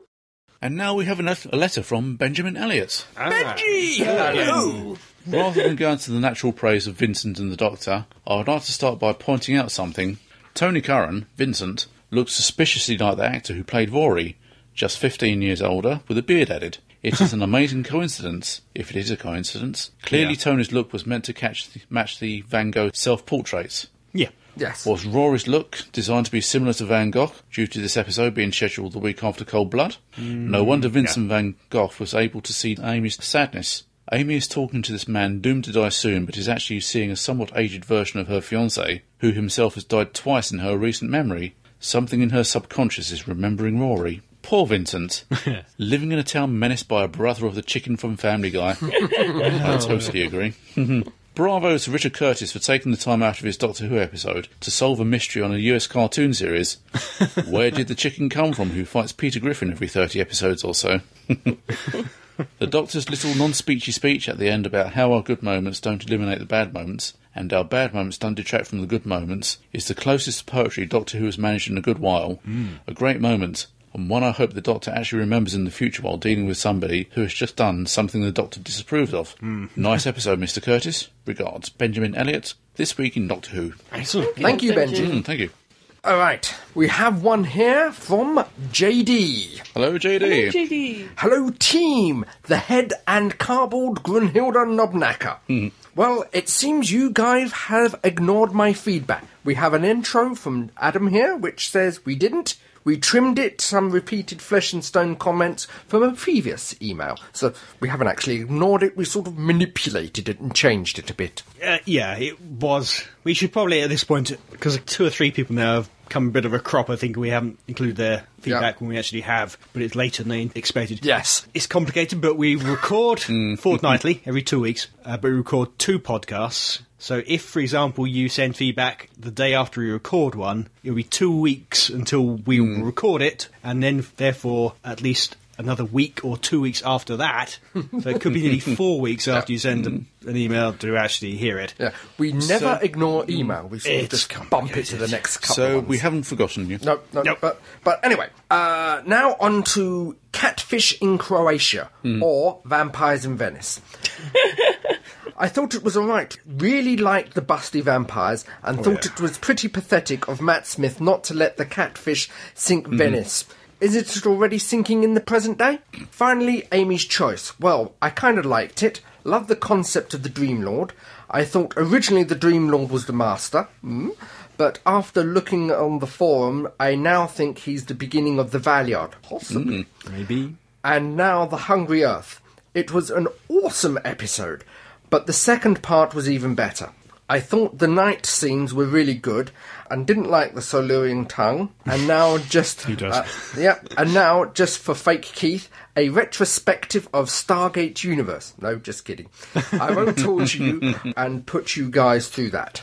And now we have a a letter from Benjamin Elliott. Ah. Benji! Rather than going to the natural praise of Vincent and the Doctor, I would like to start by pointing out something. Tony Curran, Vincent, looks suspiciously like the actor who played Rory, just 15 years older, with a beard added. It is an amazing coincidence, if it is a coincidence. Clearly, Tony's look was meant to catch the, match the Van Gogh self portraits. Yeah. Yes. Was Rory's look designed to be similar to Van Gogh due to this episode being scheduled the week after Cold Blood? no wonder Vincent van Gogh was able to see Amy's sadness. Amy is talking to this man doomed to die soon, but is actually seeing a somewhat aged version of her fiance, who himself has died twice in her recent memory. Something in her subconscious is remembering Rory. Poor Vincent, living in a town menaced by a brother of the chicken from Family Guy. I totally agree. Bravo to Richard Curtis for taking the time out of his Doctor Who episode to solve a mystery on a US cartoon series. Where did the chicken come from who fights Peter Griffin every 30 episodes or so? the Doctor's little non speechy speech at the end about how our good moments don't eliminate the bad moments and our bad moments don't detract from the good moments is the closest to poetry Doctor Who has managed in a good while. A great moment. And one I hope the Doctor actually remembers in the future while dealing with somebody who has just done something the Doctor disapproved of. (laughs) Nice episode, Mr. Curtis. Regards, Benjamin Elliott. This week in Doctor Who. Excellent. Thank you, Benji. Mm, thank you. All right. We have one here from JD. Hello, JD. Judy. Hello, team! The head and cardboard Grunhilda Knobnacker. Well, it seems you guys have ignored my feedback. We have an intro from Adam here, which says we didn't. We trimmed it some repeated flesh and stone comments from a previous email. So we haven't actually ignored it, we sort of manipulated it and changed it a bit. Uh, yeah, it was. We should probably at this point, because two or three people now have come a bit of a crop. I think we haven't included their feedback when we actually have, but it's later than they expected. Yes. it's complicated, but (laughs) we record Mm. fortnightly every two weeks, uh, but we record two podcasts. So if, for example, you send feedback the day after we record one, it'll be two weeks until we Mm. record it, and then therefore at least another week or two weeks (laughs) after that. so it could be nearly four weeks after you send an- an email to actually hear it. Mm. Yeah. We never ignore email. We sort of It's just bump it to the complicated. next couple So ones. we haven't forgotten you. No, no, Nope. but but anyway, uh, now on to catfish in Croatia or vampires in Venice. I thought it was alright. Really liked the busty vampires and thought it was pretty pathetic of Matt Smith not to let the catfish sink Venice. Is it already sinking in the present day? Finally, Amy's choice. Well, I kind of liked it. Love the concept of the Dream Lord. I thought originally the Dream Lord was the master, mm, but after looking on the forum, I now think he's the beginning of the Valyard. Possibly Maybe. and now The Hungry Earth. It was an awesome episode, but the second part was even better. I thought the night scenes were really good and didn't like the Silurian tongue, and now just. He does. yeah, and now, just for fake Keith, a retrospective of Stargate Universe. No, just kidding. I won't torture you and put you guys through that.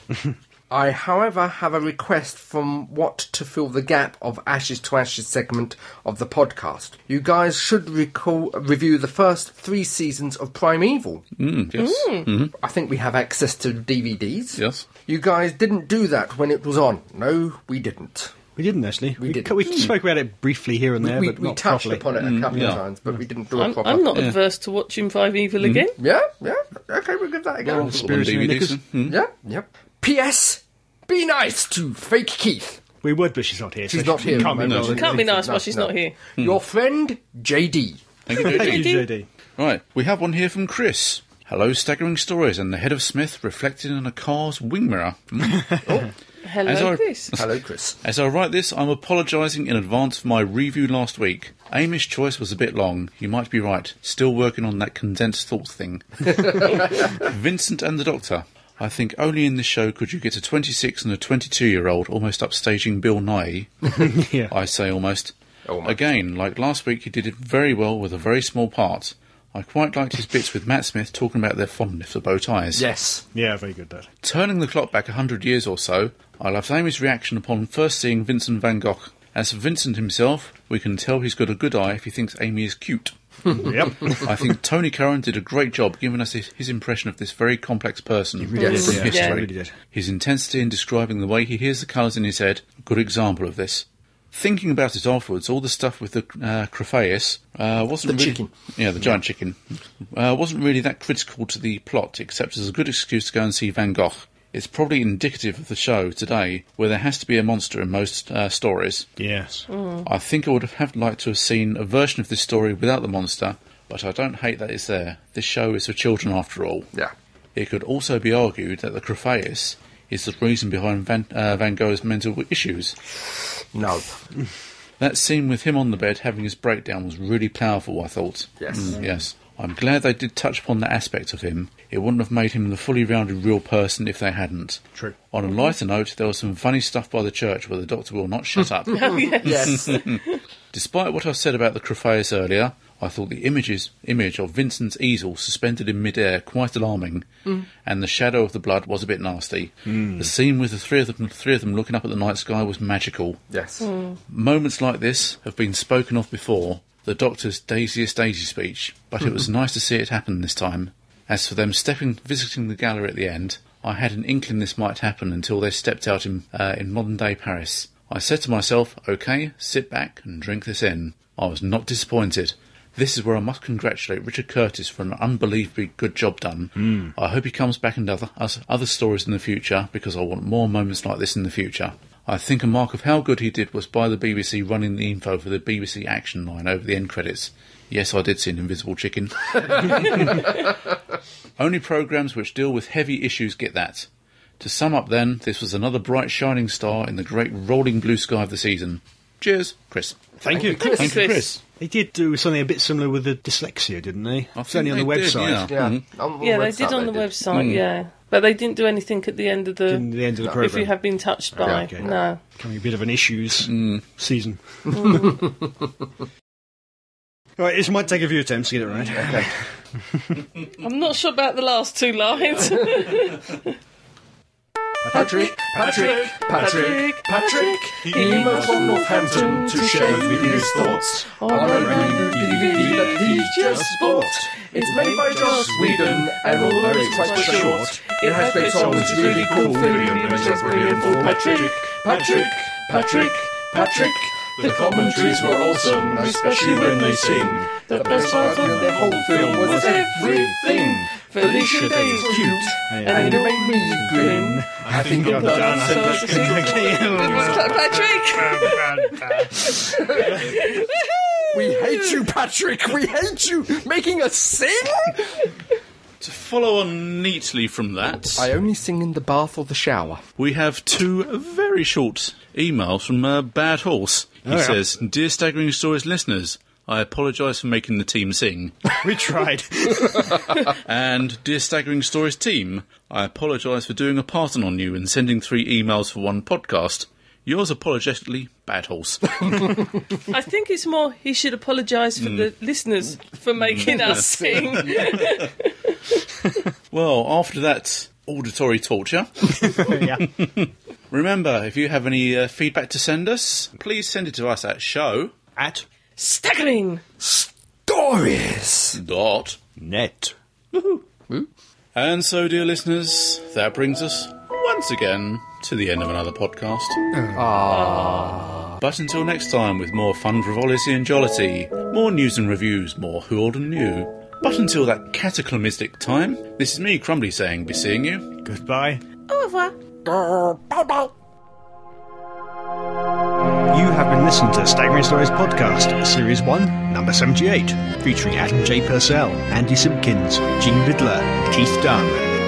I, however, have a request from What to fill the gap of Ashes to Ashes segment of the podcast. You guys should recall, review the first three seasons of Primeval. Mm, yes. I think we have access to DVDs. Yes. You guys didn't do that when it was on. No, we didn't. We didn't actually. We, didn't. Mm. co- we spoke about it briefly here and there, we but we not touched properly. upon it a couple of times, but we didn't do a Mm, I'm, proper. Mm. I'm not adverse to watching Five Evil again. Yeah, yeah. Okay, we'll give that a mm-hmm. go. Got the one Spirits and DVD, Knickers. so- Yeah, yep. P.S. Be nice to fake Keith. We would, but she's not here. She's so not she here. Can't be No, bothered. she- Can't be No, nice no, while she's no. not here. Hmm. Your friend JD. Thank you, JD. (laughs) Thank you, JD. Right, we have one here from Chris. Hello, staggering stories, and the head of Smith reflected in a car's wing mirror. Hmm. As Hello, I- Chris. Hello, Chris. As I write this, I'm apologising in advance for my review last week. Amish choice was a bit long. You might be right. Still working on that condensed thoughts thing. Vincent and the Doctor. I think only in this show could you get a 26 and a 22 year old almost upstaging Bill Nye. (laughs) Yeah. I say almost. Almost. Again, like last week, he did it very well with a very small part. I quite liked his bits with Matt Smith talking about their fondness for bow ties. Yes. Yeah, very (laughs) good, that. Turning the clock back a hundred years or so, I loved Amy's reaction upon first seeing Vincent van Gogh. As for Vincent himself, we can tell he's got a good eye if he thinks Amy is cute. yep. I think Tony Curran did a great job giving us his, his impression of this very complex person Yes. from did, yeah. history. He really did. His intensity in describing the way he hears the colours in his head, a good example of this. Thinking about it afterwards, all the stuff with the uh, Crophaeus uh, wasn't The really, chicken. yeah, the giant chicken, uh, wasn't really that critical to the plot, except as a good excuse to go and see Van Gogh. It's probably indicative of the show today, where there has to be a monster in most uh, stories. Yes. I think I would have liked to have seen a version of this story without the monster, but I don't hate that it's there. This show is for children after all. Yeah. It could also be argued that the Crophaeus is the reason behind Van, uh, Van Gogh's mental issues. (laughs) No. That scene with him on the bed having his breakdown was really powerful, I thought. Mm, Yes. yes. I'm glad they did touch upon that aspect of him. It wouldn't have made him the fully rounded real person if they hadn't. True. On a lighter note, there was some funny stuff by the church where the doctor will not shut up. Oh, yes. Yes. Despite what I've said about the Crophaeus earlier, I thought the images, image of Vincent's easel suspended in midair quite alarming, and the shadow of the blood was a bit nasty. The scene with the three of them, three of them looking up at the night sky was magical. yes. Hmm. Moments like this have been spoken of before, the Doctor's Daisiest Daisy speech, but it was nice to see it happen this time. As for them stepping, visiting the gallery at the end, I had an inkling this might happen until they stepped out in, uh, in modern day Paris. I said to myself, okay, sit back and drink this in. I was not disappointed. This is where I must congratulate Richard Curtis for an unbelievably good job done. I hope he comes back and other us- other stories in the future because I want more moments like this in the future. I think a mark of how good he did was by the BBC running the info for the BBC (laughs) action line over the end credits. Yes, I did see an invisible chicken. Only programs which deal with heavy issues get that. To sum up, then, this was another bright shining star in the great rolling blue sky of the season. Cheers, Chris. Thank, you. Chris. Thank you, Chris. They did do something a bit similar with the dyslexia, didn't they? I It's only on think the they did, website. yeah. Yeah, on the Yeah, they website did on the did. Hmm. website, yeah. But they didn't do anything at the end of the. In the end of the if you program, have been touched by. okay. No. becoming a bit of an issues season. All (laughs) right, this might take a few attempts to get it right. I'm not sure about the last two (laughs) lines. Oh, (laughs) Patrick, Patrick, Patrick, Patrick, he emails from Northampton to share with you his thoughts on a brand new DVD that he just bought. It's made by Joss Whedon, and although it's quite short, it has been songs really cool food images brilliant for Patrick, Patrick, Patrick, Patrick. The commentaries were awesome, especially when they sing. The best part of the whole film was everything. Felicia Day is cute, and it made me grin. I think I've done So something. it's a secret. (laughs) Patrick! We hate you, Patrick. We hate you. Making us sing. To follow on neatly from that, I only sing in the bath or the shower. we have two very short emails from uh, Bad Horse. He Oh, yeah. says, Dear Staggering Stories listeners, I apologise for making the team (laughs) sing. We tried. And dear Staggering Stories team, I apologise for doing a pardon on you and sending three emails for one podcast. Yours apologetically, Bad (laughs) Horse. I think it's more he should apologise Mm. for the listeners for making (laughs) us sing. well, after that auditory torture, (laughs) yeah. remember if you have any uh, feedback to send us, please send it to us at show At Staggering! Doris. dot net. Hmm? And so, dear listeners, that brings us once again to the end of another podcast. Ah. But until next time, with more fun, frivolity, and jollity, more news and reviews, more who old and new. But until that cataclysmic time, this is me, Crumbly, saying, be seeing you. Goodbye. Au revoir. You have been listening to Staggering Stories Podcast, Series 1, Number 78, featuring Adam J. Purcell, Andy Simpkins, Gene Vidler, and Keith Dunn.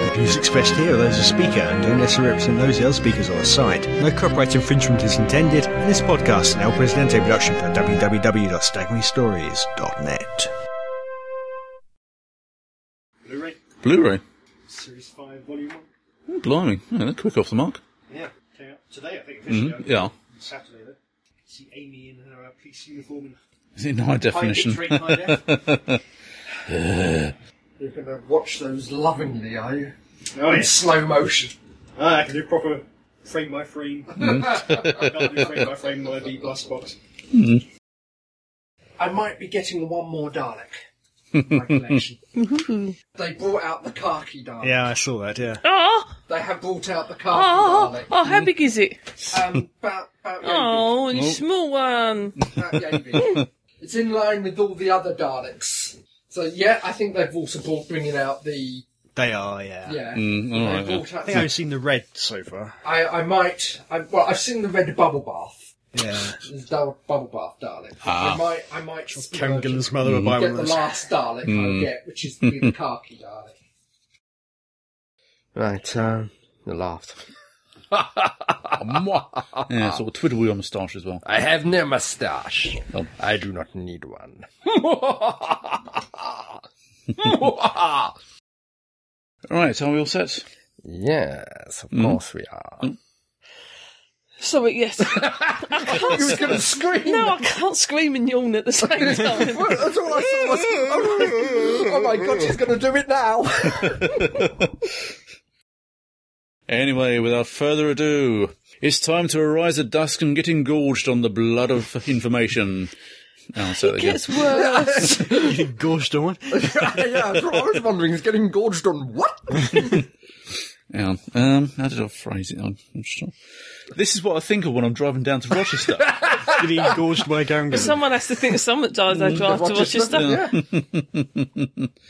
The views expressed here are those of speaker and don't necessarily represent those of the other speakers or the site. No copyright infringement is intended, and this podcast is an El Presidente production for www.staggeringstories.net. Blu-ray. Series 5, Volume 1. Oh, blimey, yeah, they're quick off the mark. Yeah, came out today, I think, Mm, yeah. Saturday, though. See Amy in her uh, police uniform and Is it in high definition? (laughs) You're gonna watch those lovingly, are you? Oh, In slow motion. Ah, I can do proper frame by frame. (laughs) I can't do frame by frame my V plus box. I might be getting one more Dalek. in (laughs) my collection. (laughs) they brought out the khaki Dalek. Yeah, I saw that. Yeah, Oh, They have brought out the oh, khaki oh, how big is it? Dalek. Um, about, about yay Oh, it's a small one. big, about (laughs) yay big. It's in line with all the other Daleks. So yeah, I think they've also brought bringing out the they are. Yeah, yeah. Mm, all They've right, yeah. brought out I think I've seen the red so far. I, I might. I, well, I've seen the red bubble bath. Yeah, There's dou- bubble bath, darling. Ah. I might. I might. splurge and Kangan's mother would buy one Get of the those. last Dalek Mm. I get, which (laughs) is the khaki Dalek. Right, um, you laughed. yeah, sort of twiddle your moustache as well. I have no moustache. Oh. I do not need (laughs) one. (laughs) All right, are we all set? yes, of Hmm? course we are. So, yes. (laughs) He was going to scream. No, I can't scream and yawn at the same (laughs) time. Well, That's all I saw. was- oh my god, she's going to do it now. (laughs) Anyway, without further ado, it's time to arise at dusk and get engorged on the blood of information. Oh, I'll say that It again. gets worse. Gorged on one. yeah, that's what I was wondering. He's getting gorged on what? Hang on. Um, how did I phrase it? I'm, I'm sure. This is what I think of when I'm driving down to Rochester. Did he gorged by Kangan? Hmm. Someone has to think of someone dies they Mm. drive to Rochester, Rochester. (laughs)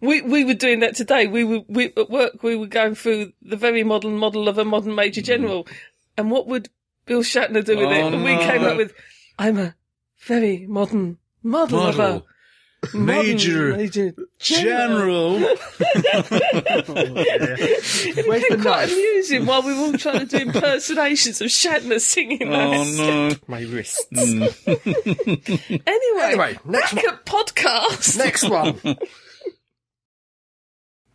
We we were doing that today. We were we, at work. We were going through the very modern model of a modern major general, and what would Bill Shatner do with it? Hmm. Oh, And we came no. up with, "I'm a very modern model, of Model. a Major Major General. Where's (laughs) the Quite (laughs) knife? amusing while we were all trying to do impersonations of Shatner singing that. Oh no. My wrist. Anyway, Anyway, next back at podcast. Next one.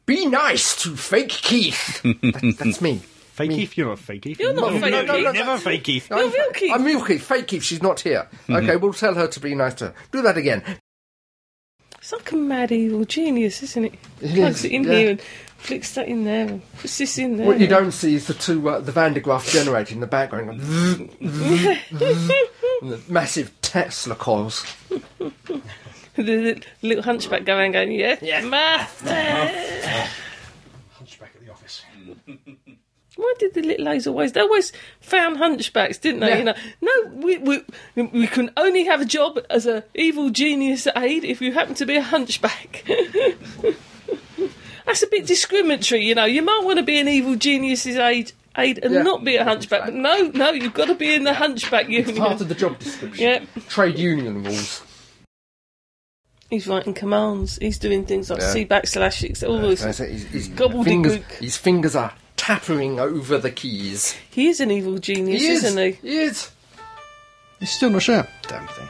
Be nice to fake Keith. That- that's me. (laughs) Fake Keith, you're not fake Keith. You're not No, fake. no, no, Keith. no, Never fake Keith. (laughs) You're real Keith. Mm-hmm. I'm real Keith. Fake Keith. She's not here. Okay, we'll tell her to be nice to her. Do that again. It's like a mad evil genius, isn't it? It Plugs is, it in yeah. here and flicks that in there and puts this in there. What you don't see is the two uh, the Van de Graaff generator in the background, going zzz, and the massive Tesla coils. (laughs) the, the little hunchback going, going, yeah, math. Hunchback at the office. Why did the little A's always? They always found hunchbacks, didn't they? Yeah. You know, no, we, we we can only have a job as a evil genius aide if you happen to be a hunchback. (laughs) That's a bit discriminatory, you know. You might want to be an evil genius's aide, aide and Yeah. not be a hunchback, but no, no, you've got to be in the hunchback union. Part of the job description. Yeah, Trade union rules. he's writing commands. He's doing things like Yeah. C backslash X, all those. So it's- it's- it's- Gobbledygook. fingers, his fingers are tappering over the keys. He is an evil genius, isn't he? He is. He's still not sure. Damn thing.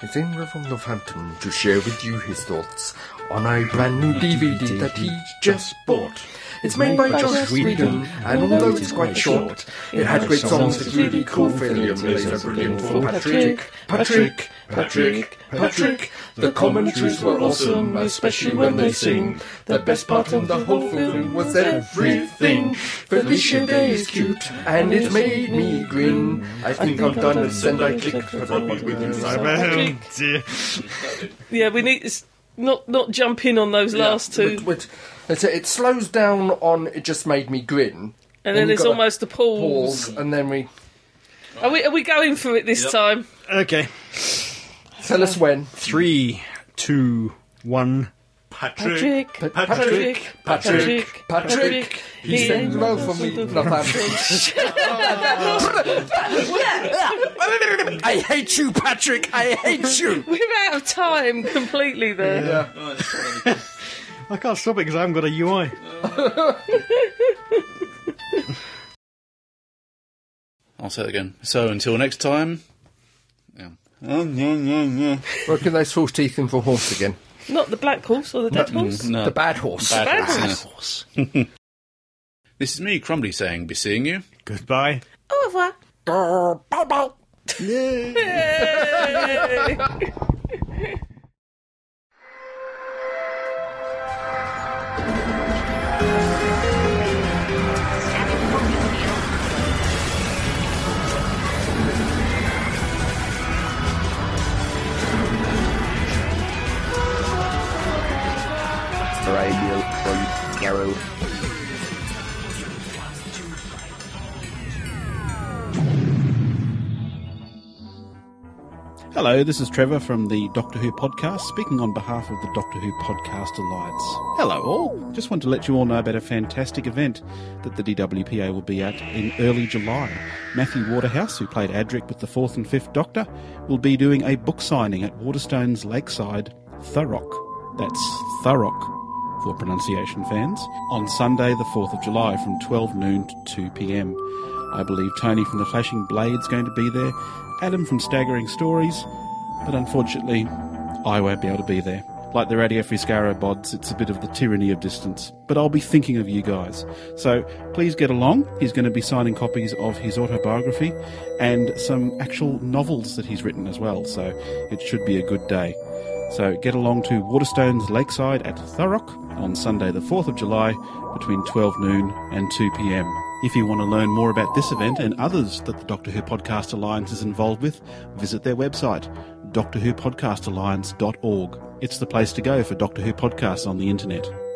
He's in Revel Northampton to share with you his thoughts on a brand new DVD that he just bought. It's made by Josh Whedon, and although it's quite short, it had great songs that really cool William is a brilliant for Patrick, Patrick, Patrick, Patrick. The commentaries were awesome, especially when they sing. The best part of the whole film was everything. Felicia Day is cute, and it made me grin. I think I'm done, and then I click for Robbie Williams. I'm Patrick. Yeah, we need it's not not jump in on those last two, But- but- it's- it slows down on it just made me grin. and then we've it's got a almost a pause. Pause, and then we Are we are we going for it this time? Okay. tell us when. Three, two, one. Patrick, Patrick, Patrick, Patrick, Patrick, he sends well (laughs) for me. (laughs) Northampton. I hate you, Patrick. I hate you. We're out of time (laughs) completely. There, I can't stop it because I haven't got a UI. I'll say it again. So until next time. Yeah. Um, yeah, yeah, yeah. Working those false teeth in for horse again. not the black horse or the dead horse. No. The bad horse. Bad Bad horse, horse. yeah. (laughs) This is me, Crumbly, saying, be seeing you. Goodbye. Au revoir. (laughs) Bye bye. Yay. Radio from Yarrow. Hello, this is Trevor from the Doctor Who podcast, speaking on behalf of the Doctor Who Podcast Alliance. Hello, all. Just want to let you all know about a fantastic event that the DWPA will be at in early July. Matthew Waterhouse, who played Adric with the fourth and fifth Doctor, will be doing a book signing at Waterstones Lakeside, Thurrock. That's Thurrock for pronunciation fans, on Sunday, the 4th of July, from 12 noon to 2 pm. I believe Tony from The Flashing Blade's going to be there, Adam from Staggering Stories, but unfortunately, I won't be able to be there. Like the Radio Fuscaro bods, it's a bit of the tyranny of distance, but I'll be thinking of you guys. So please get along. He's going to be signing copies of his autobiography and some actual novels that he's written as well, so it should be a good day. So get along to Waterstones Lakeside at Thurrock on Sunday, the 4th of July, between 12 noon and 2 pm. If you want to learn more about this event and others that the Doctor Who Podcast Alliance is involved with, visit their website, doctorwhopodcastalliance.org. It's the place to go for Doctor Who podcasts on the internet.